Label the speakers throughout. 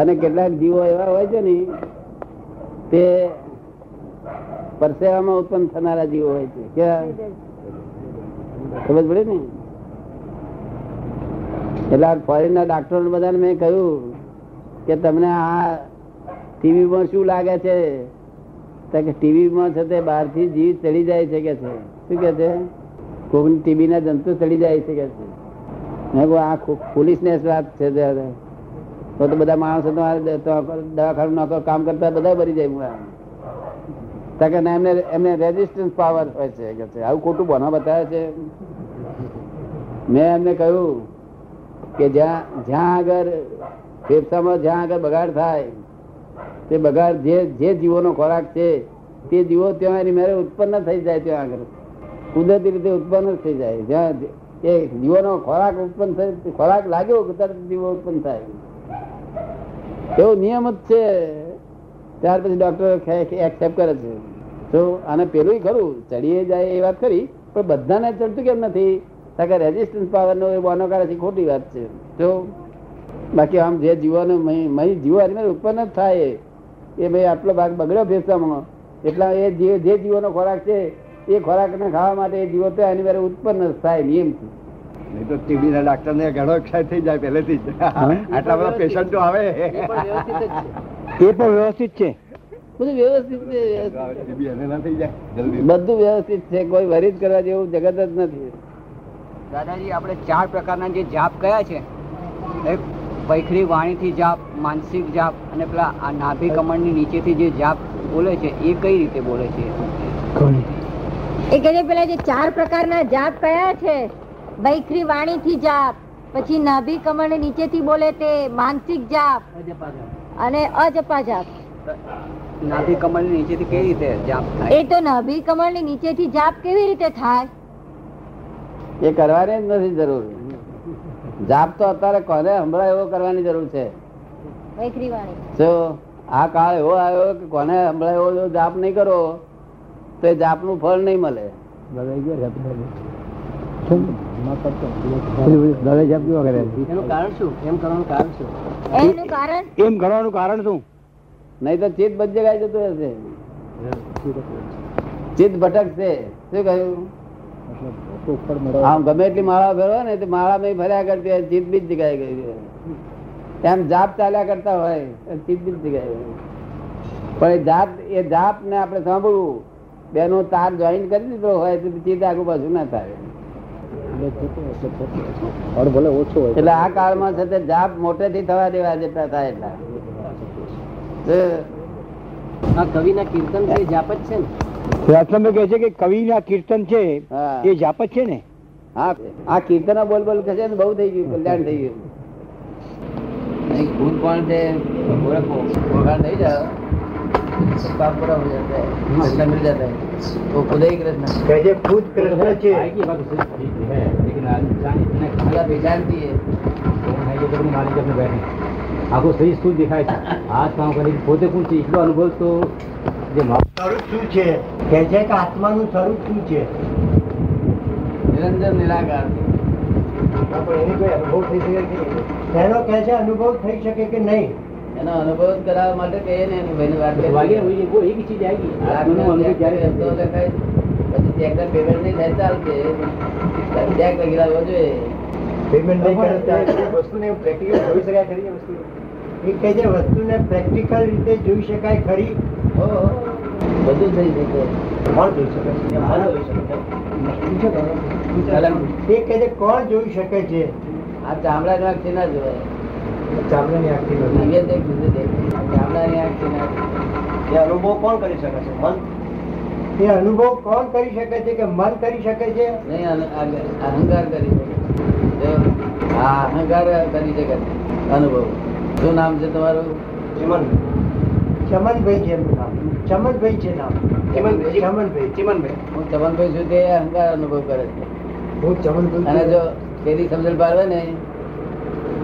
Speaker 1: અને કેટલાક જીવો એવા હોય છે ને તે પરસેવામાં ઉત્પન્ન થનારા જીવો હોય છે કેવા ખબર પડે ને એટલે આ ફોરેન ના ડાક્ટરો બધાને મેં કહ્યું કે તમને આ ટીવીમાં શું લાગે છે તો કે ટીવીમાં છે તે બહારથી જીવ ચડી જાય છે કે છે શું કે છે કોકની ટીબી ના જંતુ ચડી જાય છે કે છે મેં કહું આ ફૂલિશનેસ વાત છે ત્યારે તો તો બધા માણસો તમારે દ- તમારે દવાખાનું નોકર કામ કરતા બધા ભરી જાય મારા તો કે ના, એમને એમને રેઝિસ્ટન્સ પાવર હોય છે કે છે આવું ખોટું બનો બતાવે છે મેં એમને કહ્યું કે જ્યાં જ્યાં આગળ ફેફસામાં જ્યાં આગળ બગાડ થાય તે બગાડ જે જે જીવોનો ખોરાક છે તે જીવો ત્યાં એની મેરે ઉત્પન્ન થઈ જાય ત્યાં આગળ કુદરતી રીતે ઉત્પન્ન જ થઈ જાય જ્યાં જે- એ જીવોનો ખોરાક ઉત્પન્ન થાય ખોરાક લાગ્યો કે તરત જીવો ઉત્પન્ન થાય એવો નિયમ જ છે ત્યાર પછી ડોક્ટર એક્સેપ્ટ કરે છે તો આને પેલું ખરું ચડીએ જાય એ વાત ખરી પણ બધાને ચડતું કેમ નથી કારણ કે રેઝિસ્ટન્સ પાવરનો એ બહાનો કાઢે છે ખોટી વાત છે તો બાકી આમ જે જીવોને મહી મહી જીવો આની અંદર ઉત્પન્ન જ થાય એ. એ ભાઈ આટલો ભાગ બગડ્યો ફેફસામાં એટલા એ જે જે જીવોનો ખોરાક છે એ ખોરાકને ખાવા માટે એ જીવો તો એની અંદર ઉત્પન્ન જ થાય નિયમથી
Speaker 2: નહીં તો ટીબી ના ડાક્ટર ને ઘણો ક્ષય થઈ જાય પહેલેથી જ આટલા બધા પેશન્ટો
Speaker 1: એ
Speaker 2: આવે
Speaker 1: પણ વ્યવસ્થિત જ છે.
Speaker 3: એ પણ વ્યવસ્થિત છે
Speaker 1: બધું વ્યવસ્થિત છે વ્યવસ્થિત છે.
Speaker 2: ટીબી એને ના થઈ જાય જલ્દી
Speaker 1: બધું વ્યવસ્થિત છે કોઈ વરિત કરવા જેવું જગત જ નથી
Speaker 4: દાદાજી આપણે ચાર પ્રકારના જે જાપ કયા છે એક પૈખરી વાણીથી જાપ માનસિક જાપ અને પેલા આ નાભી કમળની નીચેથી જે જાપ બોલે છે એ કઈ રીતે બોલે છે
Speaker 5: એ કહે છે પેલા જે ચાર પ્રકારના જાપ કયા છે વૈખરી વાણીથી જાપ પછી નાભી કમળ નીચેથી બોલે તે માનસિક જાપ અને અજપા જાપ
Speaker 4: નાભી કમળની નીચેથી કઈ રીતે જાપ થાય
Speaker 5: એ તો નાભી કમળ નીચેથી જાપ કેવી રીતે થાય
Speaker 1: એ કરવાની જ નથી જરૂર જાપ તો અત્યારે કોને સંભળાય એવો કરવાની જરૂર છે
Speaker 5: વૈખરી વાણી
Speaker 1: જો આ કાળ એવો આવ્યો કે કોને સંભળાય એવો જો જાપ નહીં કરો તો એ જાપનું ફળ નહીં મળે
Speaker 4: એનું કારણ શું એમ કરવાનું કારણ શું
Speaker 5: એનું કારણ
Speaker 3: એમ ગણવાનું કારણ શું
Speaker 1: નહીં તો ચિત્ત બદજગાઈ જતું હશે ચિત્ત ભટકશે શું કહ્યું આમ ગમે એટલી માળા ફેરવો ને તે માળામાં ફર્યા કરતી હોય ચિત્ત બી જ જગાઈ ગઈ હોય. એમ જાપ ચાલ્યા કરતા હોય તો ચિત્ત બી જ જગાઈ ગઈ હોય. પણ એ જાપ એ જાપ ને આપણે સાંભળવું બેનો તાર જોઈન કરી દીધો હોય તો ચિત્ત આગુ પાછું ના થાય એટલે આ કાળમાં છે તે જાપ મોટેથી થવા દેવા જેટલા થાય એટલા તો
Speaker 4: આ કવિના કીર્તન જે જાપ જ છે ને
Speaker 3: રાજસ્તંભ કહે છે કે કવિના કીર્તન છે
Speaker 1: હા.
Speaker 3: એ જાપ જ છે ને
Speaker 1: હા આ કીર્તન બોલ બોલ કરશે ને બહુ થઈ ગયું કલ્યાણ થઈ ગયું નહીં, ભૂલ કોણ છે ઓળખો. ઓળખાણ થઈ જાય તો પાપ પૂરા હો જાતા હૈ. કૃષ્ણ મિલ જાતા હૈ. તો ખુદ હી કૃષ્ણ
Speaker 3: કહે છે ખુદ કૃષ્ણ છે
Speaker 1: અલ્લાહ બેજાનતી હૈ.
Speaker 6: આખું શરીર શું દેખાય છે હાથ કામ કરી પોતે કોણ છે એટલો અનુભવ તો જે મા-
Speaker 3: સ્વરૂપ શું છે કહે છે કે આત્માનું સ્વરૂપ શું છે
Speaker 1: નિરંજન નિરાકાર
Speaker 3: તેનો કહે છે અનુભવ થઈ શકે કે નહીં
Speaker 1: એનો અનુભવ જ કરાવવા માટે કહીએ ને એની ભાઈની વાત કરીએ.
Speaker 6: વાગે હોય એવો એક ચીજ આવી ગઈ. આત્માનો
Speaker 1: આત્માનો
Speaker 6: અનુભવ
Speaker 1: ત્યાગ
Speaker 6: જ્યારે
Speaker 1: કર્યો તો લખાય. પછી ત્યાગના
Speaker 6: થશે?
Speaker 1: payment નહીં થાય ચાલશે. ત્યાગ લગેલા હોવો જોઈએ.
Speaker 3: પેમેન્ટ
Speaker 2: વસ્તુને પ્રેક્ટિકલ જોઈ શકાય ખરી વસ્તુ
Speaker 3: એ કહે છે વસ્તુને પ્રેક્ટિકલ રીતે જોઈ શકાય ખરી
Speaker 1: હો, હો. બધું થઈ શકે
Speaker 3: કોણ જોઈ શકે છે?
Speaker 1: કલમ.
Speaker 3: એ કહે છે કોણ જોઈ શકે છે
Speaker 1: આ ચામડાની આંખ થી ના જોવાય
Speaker 3: ચામડાની આંખથી નથી.
Speaker 1: દિવ્ય દેખ બીજું દેખ આ ચામડાની આંખ થી ના
Speaker 3: એ
Speaker 1: જોવાય.
Speaker 3: અનુભવ કોણ કરી શકે છે મન એ અનુભવ કોણ કરી શકે છે કે મન કરી શકે છે
Speaker 1: નહીં અન- અગ- અહંકાર કરી શકે જો આ અહંકાર કરી શકે અનુભવ શું નામ છે તમારું
Speaker 3: ચમન ચમનભાઈ છે એમનું નામ ચમનભાઈ છે નામ
Speaker 1: ચમનભાઈ.
Speaker 3: ચમનભાઈ
Speaker 1: હું ચમનભાઈ છું તે અહંકાર અનુભવ કરે છે
Speaker 3: હું ચમનભાઈ
Speaker 1: અને જો તેની સમજણ પાડવે ને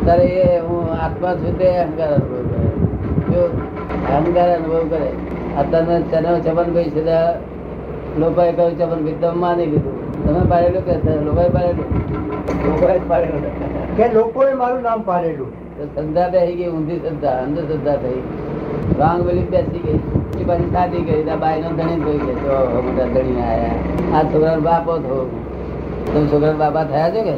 Speaker 1: ત્યારે એ હું આત્મા છું તે અહંકાર અનુભવ કરે જો અહંકાર અનુભવ કરે અત્યારના ચનો ચમનભાઈ છે તે લોકોએ કહ્યું ચમનભાઈ તમે માની લીધું તમે પાડેલું કે લોકોએ પાડેલું લોકોએ જ પાડેલું
Speaker 3: કે લોકોએ મારું નામ પાડેલું
Speaker 1: તો સંધા થઈ ગઈ ઊંધી સંધા અંધશ્રદ્ધા થઈ વાંગ વળી બેસી ગઈ એ પાછી સાદી ગઈ તો બાઈ નો ધણી થઈ ગયો તો હવે મોટા ધણીને આયા આ છોકરાનો બાપો થયો તમે છોકરા બાપા થયા છો કે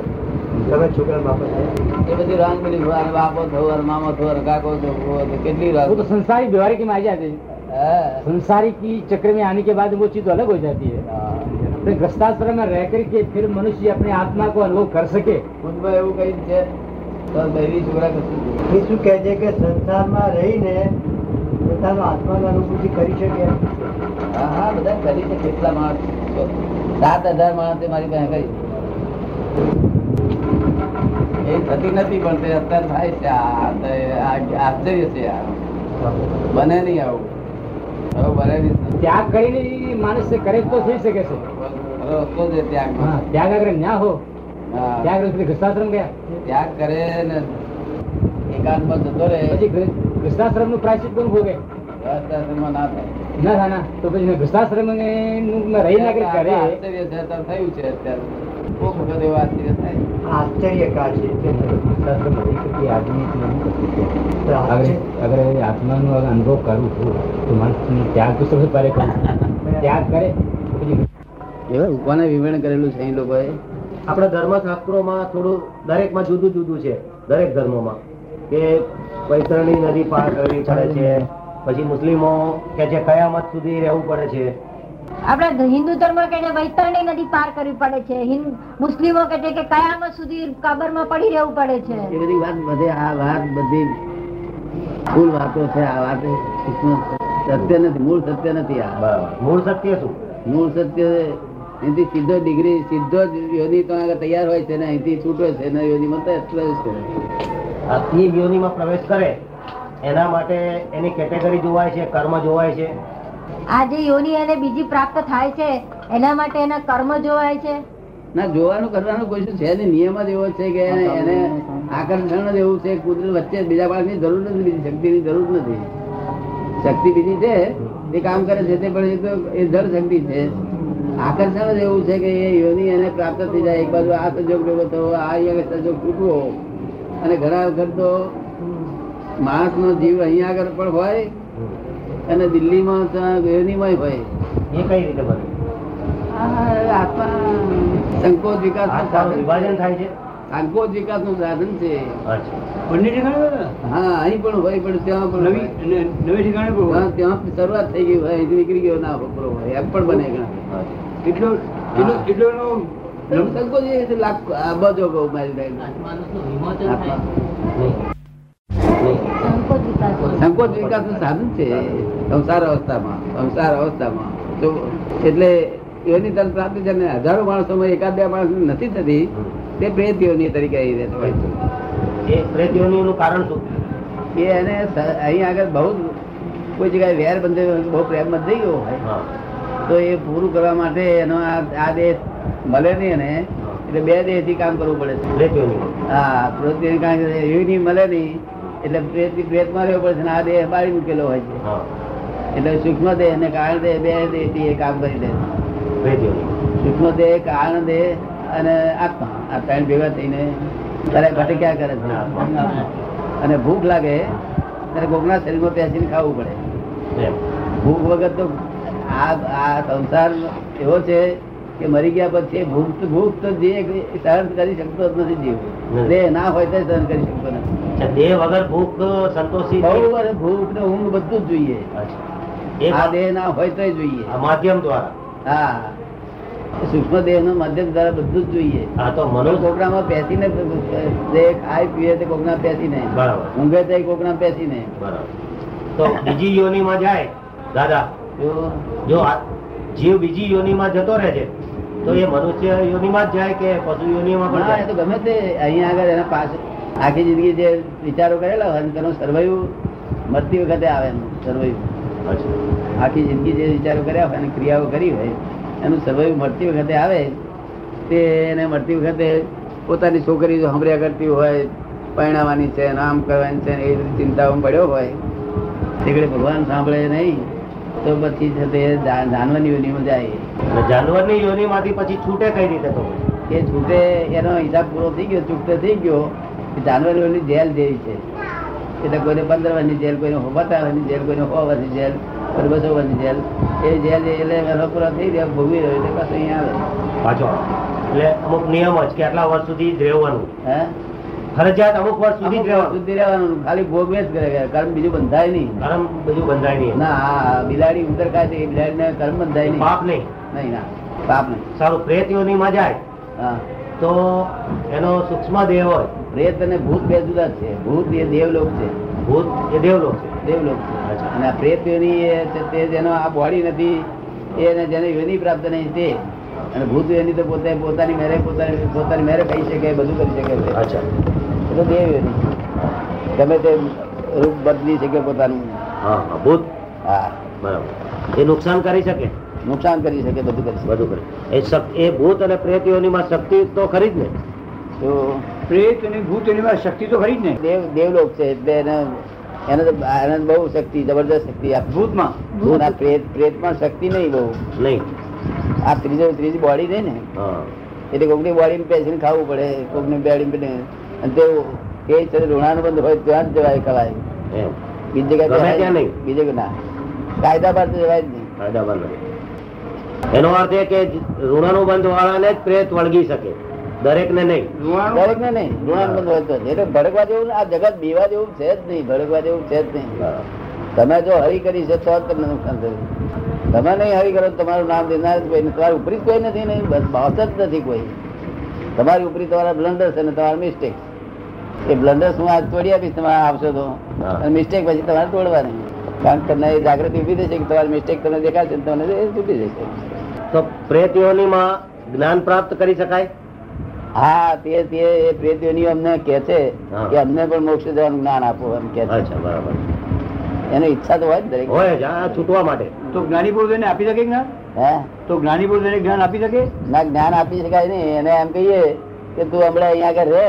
Speaker 3: તમે છોકરા બાપા થયા.
Speaker 1: એ બધી રોંગ બિલીફ હોય. અને બાપો થયો અને મામો થયો અને કાકો થયો અને કેટલી
Speaker 6: वो
Speaker 1: રોંગ
Speaker 6: तो संसारी व्यवहारिक में आ जाते हैं
Speaker 1: હા.
Speaker 6: संसारी की चक्र में आने के बाद वो चीज अलग हो जाती है अपने ग्रस्ताश्रम में रह करके फिर मनुष्य अपने आत्मा को अनुभव कर सके
Speaker 1: ખુદમાં એવું કઈ છે તો બૈરી છોકરા કશું જ
Speaker 3: એ શું કહે છે કે સંસારમાં રહીને પોતાનો આત્માની અનુભૂતિ કરી શકે
Speaker 1: નહીં. હા હા બધા કરી છે કેટલા માણસ છે? સાત હજાર માણસે મારી પાસે કરી એ થતી નથી પણ તે અત્યારે થાય છે આ તો એ આ- આશ્ચર્ય છે આ બને નહીં આવું હવે બને નહીં
Speaker 6: त्याग કરીને માણસ ને કરે તો થઈ શકે છે
Speaker 1: હવે રસ્તો છે ત્યાગનો.
Speaker 6: ત્યાગ અગર ના હો
Speaker 1: હા.
Speaker 6: ત્યાગ રહીને ગ્રસ્તાશ્रમ ગયા
Speaker 1: ત્યાગ કરે ને એકાંતમાં જતો રહે
Speaker 6: પછી ગ્રસ્તાશ્રમ નું પ્રાયશ્ચિત પણ ભોગે
Speaker 1: આશ્રમમાં ના થાય
Speaker 6: ના થાના તો પછી ગ્રસ્તાશ્રમ ને રહી ના કરી કરે
Speaker 1: આશ્ચર્ય છે, અત્યારે થયું છે અત્યારે કોક વખત એવું આશ્ચર્ય થાય
Speaker 3: આશ્ચર્યકાર છે તે થયું.
Speaker 6: ગ્રસ્તાશ્રમ રહી શકે આદમી એટલું નહીં કરી શકે.
Speaker 3: તો
Speaker 6: अगर
Speaker 3: આશ્ચર્ય-
Speaker 6: अगर आत्मा नो अगर अनुभव करूँ तो मन त्याग तो सबसे पहले करूँ त्याग करे तो फिर
Speaker 1: એવા કોને વિવરણ કરેલું છે એ લોકોએ
Speaker 7: આપણા ધર્મશાસ્ત્રોમાં થોડું દરેકમાં જુદું જુદું છે દરેક ધર્મોમાં કે પૈતરણી નદી પાર કરવી પડે છે પછી મુસ્લિમો કે જે કયામત સુધી રહેવું પડે છે
Speaker 5: આપણા હિન્દુ ધર્મ કે છે વૈતરણી નદી પાર કરવી પડે છે હિન્દ- મુસ્લિમો કે છે કે કયામત સુધી કબરમાં પડી રહેવું પડે છે
Speaker 1: એ બધી વાત બધે આ વાત બધી ફૂલ વાતો છે આ વાત કૃષ્ણ સત્ય નથી મૂળ સત્ય નથી આ
Speaker 7: મૂળ સત્ય શું
Speaker 1: મૂળ સત્ય એથી સીધો ડિગ્રી સીધો જ યોની તો આગળ તૈયાર હોય છે ને અહીંથી છૂટો છે ને યોનીમાં તો એટલો જ છે
Speaker 7: આત્મી યોનિમાં પ્રવેશ કરે એના માટે એની કેટેગરી જોવાય છે કર્મ જોવાય છે
Speaker 5: આ જે યોની અને બીજી પ્રાપ્ત થાય છે એના માટે એના કર્મ જોવાય છે
Speaker 1: ના જોવાનું કરવાનું કોઈ શું છે નહીં નિયમ જ એવો છે કે એને એને આકર્ષણ જ એવું છે કુદરત વચ્ચે બીજા માણસની જરૂર નથી બીજી શક્તિની જરૂર નથી શક્તિ બીજી છે એ કામ કરે છે તે પણ એ તો એ જળ શક્તિ છે આકર્ષણ જ એવું છે કે એ યોની એને પ્રાપ્ત થઈ જાય એક બાજુ આ સંજોગ ભેગો થવો આ અહીંયા સંજોગ તૂટવો અને ઘણા વખત તો માણસનો જીવ અહીંયા આગળ પણ હોય અને દિલ્હીમાં યોનીમાં હોય
Speaker 7: એ કઈ રીતે બને
Speaker 1: આ આત્મા સંકોચ વિકાસ
Speaker 7: આત્માનું વિભાજન થાય છે
Speaker 1: આગબોધ વિકાસ નું સાધન છે
Speaker 7: અચ્છા
Speaker 6: पंडित जी का
Speaker 1: હા અહીં પણ હોય પણ ત્યાં પણ હોય.
Speaker 6: नवी ठिकाने को
Speaker 1: હા, ત્યાં શરૂઆત થઈ ગઈ હોય અહીંથી નીકળી ગયો ના બપોરો હોય એમ પણ બને ઘણા.
Speaker 6: इतलो
Speaker 1: એટલો-
Speaker 6: इतलो
Speaker 1: એટલે સંકોચ એ છે, લાખ અબજો કહું મારી time. આત્મા.
Speaker 5: સંકોચ વિકાસ
Speaker 1: સંકોચ વિકાસ નું સાધન છે સંસાર અવસ્થામાં સંસાર અવસ્થામાં તો એટલે એની તરફ પ્રાપ્તિ છે ને હજારો માણસોમાં એકાદ બે માણસ નથી થતી તે પ્રેત યોની તરીકે અહીં રહેતો હોય છે
Speaker 7: એ પ્રેત યોનિનું કારણ શું
Speaker 1: એ એને સ- અહીં આગળ બહુ જ કોઈ જગ્યાએ વેર બંધે બહુ પ્રેમ જ થઈ ગયો હોય
Speaker 7: હા
Speaker 1: તો એ પૂરું કરવા માટે એનો આ આ દેહ મળે નહીં એને એટલે બે દેહ થી કામ કરવું પડે છે
Speaker 7: પ્રેત યોનિનું
Speaker 1: હા પૃથ્વી કારણ કે યુની મળે નહીં એટલે પ્રેત પ્રેતમાં રહેવું પડે છે અને આ દેહ બાળી મૂકેલો હોય છે
Speaker 7: હા
Speaker 1: એટલે સૂક્ષ્મ દેહ અને કારણ દેહ બે દેહ થી એ કામ કરી દે છે
Speaker 7: પ્રેત યોનિનું
Speaker 1: સૂક્ષ્મ દેહ કારણ દેહ અને આત્મા આ ત્રણ ભેગા થઈને ત્યારે ભટક્યા કરે છે અને ભૂખ લાગે ત્યારે કોકના શરીરમાં પેસીને ખાવું પડે
Speaker 7: એમ
Speaker 1: ભૂખ વગર તો આ આ સંસાર એવો છે કે મરી ગયા પછી ભૂખ તો ભૂખ તો જે સહન કરી શકતો જ નથી જીવ દેહ ના હોય તો સહન કરી શકતો નથી
Speaker 7: અચ્છા, દેહ વગર ભૂખ સંતોષી
Speaker 1: બહુ વાર ભૂખ ને ઊંઘ બધું જ જોઈએ
Speaker 7: અચ્છા. એ
Speaker 1: આ
Speaker 7: વાત-
Speaker 1: દેહ ના હોય તો જોઈએ
Speaker 7: આ માધ્યમ દ્વારા
Speaker 1: હા સૂક્ષ્મ દેહ નો માધ્યમ દ્વારા બધું જ જોઈએ
Speaker 7: આ તો મનોજ
Speaker 1: કોકડામાં પેસીને દેહ ખાય પીએ તે કોકના પેસીને
Speaker 7: બરાબર.
Speaker 1: ઊંઘે તે કોકના પેસીને
Speaker 7: બરાબર તો બીજી યોનિમાં જાય દાદા
Speaker 1: તો
Speaker 7: જો આ જીવ બીજી યોનિમાં જતો રહે છે તો એ મનુષ્ય યોનિમાં જ જાય કે પશુ યોનિમાં પણ
Speaker 1: ના, એ
Speaker 7: જાય
Speaker 1: તો ગમે તે અહીંયા આગળ એના પાસ આખી જિંદગી જે વિચારો કરેલા હોય ને તેનો સર્વાયુ મરતી વખતે આવે એનું સર્વાયુ
Speaker 7: અચ્છા.
Speaker 1: આખી જિંદગી જે વિચારો કર્યા હોય અને ક્રિયાઓ કરી હોય એનું સર્વાયુ મરતી વખતે આવે તે એને મરતી વખતે પોતાની છોકરી જો હંભર્યા કરતી હોય પરણાવાની છે ને આમ કરવાની છે ને એ બધી ચિંતાઓમાં પડ્યો હોય તેકડે ભગવાન સાંભળે નહીં તો પછી છે તે જા- જાનવાની યોનિમાં જાય
Speaker 7: અને જાનવરની યોનિમાંથી પછી છૂટે કઈ રીતે તો પછી?
Speaker 1: એ છૂટે એનો હિસાબ પૂરો થઈ ગયો ચૂકતો થઈ ગયો જાનવરોની જેલ જેવી છે એટલે કોઈને પંદર વર્ષની જેલ કોઈને બતા વર્ષની જેલ કોઈને સો વર્ષની જેલ કોઈને બસો વર્ષની જેલ એ જેલ એટલે એનો પૂરો થઈ ગયો ભોગવી રહ્યો એટલે પાછો અહીંયા આવે
Speaker 7: પાછો એટલે અમુક નિયમ જ કે આટલા વર્ષ સુધી જ રહેવાનું
Speaker 1: હે
Speaker 7: ફરજિયાત અમુક વર્ષ સુધી જ રહેવાનું
Speaker 1: સુધી રહેવાનું ખાલી ભોગવે જ કરે કર્મ બીજું બંધાય નહીં
Speaker 7: ધર્મ બધું બંધાય નહીં
Speaker 1: ના આ બિલાડી ઉંદર ખાય છે એ બિલાડીને કર્મ બંધાય નહીં
Speaker 7: પાપ નહીં
Speaker 1: નહીં ના પાપ નહીં
Speaker 7: સારું પ્રેત યોનીમાં જાય
Speaker 1: હા
Speaker 7: તો એનો સૂક્ષ્મ દેહ હોય
Speaker 1: પ્રેત અને ભૂત બે જુદા જ છે ભૂત એ દેવલોક છે
Speaker 7: ભૂત એ દેવલોક છે
Speaker 1: દેવલોક છે
Speaker 7: અચ્છા.
Speaker 1: અને આ પ્રેત યોની એ છે તે જેનો આ બોડી નથી એને જેને યોની પ્રાપ્ત નહીં તે અને ભૂત યોની તો પોતે પોતાની મેરે પોતાની પોતાની મેરે કહી શકે બધું કરી શકે છે
Speaker 7: અચ્છા
Speaker 1: એ તો દેવ યોની ગમે તે રૂપ બદલી શકે પોતાનું
Speaker 7: હા હા ભૂત
Speaker 1: હા
Speaker 7: બરાબર એ નુકસાન કરી શકે
Speaker 1: નુકસાન કરી શકે બધું કરી શકે
Speaker 7: બધું કરે એ શક- એ ભૂત અને પ્રેત યોનીમાં શક્તિ તો ખરી જ ને
Speaker 1: તો
Speaker 6: પ્રેત અને ભૂત એની શક્તિ તો ખરી જ ને
Speaker 1: દેવ દેવલોક છે એટલે એને એને તો એને બહુ શક્તિ જબરદસ્ત શક્તિ આપી.
Speaker 6: ભૂતમાં
Speaker 1: ભૂત આ પ્રેત પ્રેતમાં શક્તિ નહીં બહુ
Speaker 7: નહીં
Speaker 1: આ ત્રીજો ત્રીજી બોડી છે ને
Speaker 7: હા
Speaker 1: એટલે કોકની બોડીમાં પેસીને ખાવું પડે કોકની બેડી અને તે એ છે ઋણાનું બંધ હોય ત્યાં જ જવાય ખવાય
Speaker 7: એમ
Speaker 1: બીજી જગ્યાએ
Speaker 7: ગમે
Speaker 1: જવાય
Speaker 7: ત્યાં નહીં.
Speaker 1: બીજે કોઈ ના કાયદા પર તો જવાય જ નહીં
Speaker 7: ફાયદામાં નથી એનો અર્થ એ કે ઋણાનું બંધ વાળાને જ પ્રેત વળગી શકે દરેકને નહીં
Speaker 1: દરેકને નહીં ઋણાનું બંધ હોય તો જ. એટલે ભડકવા જેવું આ જગત બીવા જેવું છે જ નહીં ભડકવા જેવું છે જ નહીં તમે જો હરી કરી છે તો જ તમને નુકસાન થયું તમે નહીં હરી કરો તો તમારું નામ દેનાર જ કોઈ નથી. તમારી ઉપરી જ કોઈ નથી નહીં બસ બોસ જ નથી કોઈ તમારી ઉપરી તમારા બ્લન્ડર્સ અને તમારા મિસ્ટેક એ બ્લન્ડર્સ હું આજ તોડી આપીશ તમે આવશો તો
Speaker 7: હા.
Speaker 1: અને મિસ્ટેક પછી તમારે તોડવાની કારણ કે તમને એ જાગૃતિ ઉભી થશે કે તમારી મિસ્ટેક તમને દેખાશે ને તમને એ તૂટી જશે
Speaker 7: તો પ્રેત યોનીમાં જ્ઞાન પ્રાપ્ત કરી શકાય
Speaker 1: હા તે તે એ પ્રેતીઓની અમને કહે છે
Speaker 7: હા.
Speaker 1: કે અમને પણ મોક્ષ જવાનું જ્ઞાન આપો એમ કે છે
Speaker 7: અચ્છા બરાબર
Speaker 1: એની ઈચ્છા તો હોય જ દરેક
Speaker 7: હોય જ આ છૂટવા માટે
Speaker 6: તો જ્ઞાની પુરુષ એને આપી શકે જ્ઞાન
Speaker 1: હે
Speaker 6: તો જ્ઞાની પુરુષ એને જ્ઞાન આપી શકે
Speaker 1: ના જ્ઞાન આપી શકાય નહીં એને એમ કહીએ કે તું હમણાં અહીંયા આગળ રહે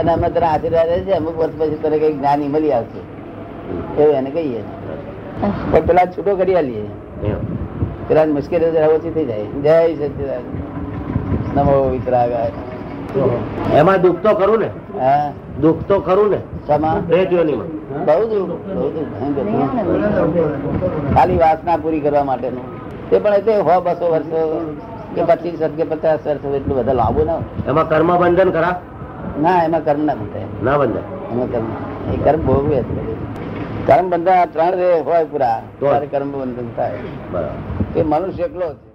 Speaker 1: અને અમે તને આશીર્વાદ રહેશે અમુક વર્ષ પછી તને કઈ જ્ઞાની મળી આવશે એવું એને કહીએ પણ પેલા છૂટો કરી આલીએ
Speaker 7: એમ.
Speaker 1: પેલા મુશ્કેલી જરા ઓછી થઈ જાય જય સચિદાન નમો વિતરાગાય
Speaker 7: એમાં દુઃખ તો ખરું ને
Speaker 1: હા
Speaker 7: દુઃખ તો ખરું ને
Speaker 1: સમા
Speaker 7: પ્રેત યોનીમાં
Speaker 1: બહુ દુઃખ બહુ દુઃખ ભયંકર દુઃખ. ખાલી વાસના પૂરી કરવા માટેનું તે પણ એટલે હો બસો વર્ષો કે પચીસ વર્ષ કે પચાસ વર્ષ એટલું બધા લાંબુ ના હોય.
Speaker 7: એમાં કર્મ બંધન ખરા
Speaker 1: ના એમાં કર્મ ના બંધાય
Speaker 7: ના બંધન
Speaker 1: એમાં કર્મ એ કર્મ ભોગવે જ બધું. કર્મ બંધન આ ત્રણ રે હોય પૂરા
Speaker 7: તો જ.
Speaker 1: ત્યારે કર્મ બંધન થાય
Speaker 7: બરાબર
Speaker 1: એ મનુષ્ય એકલો જ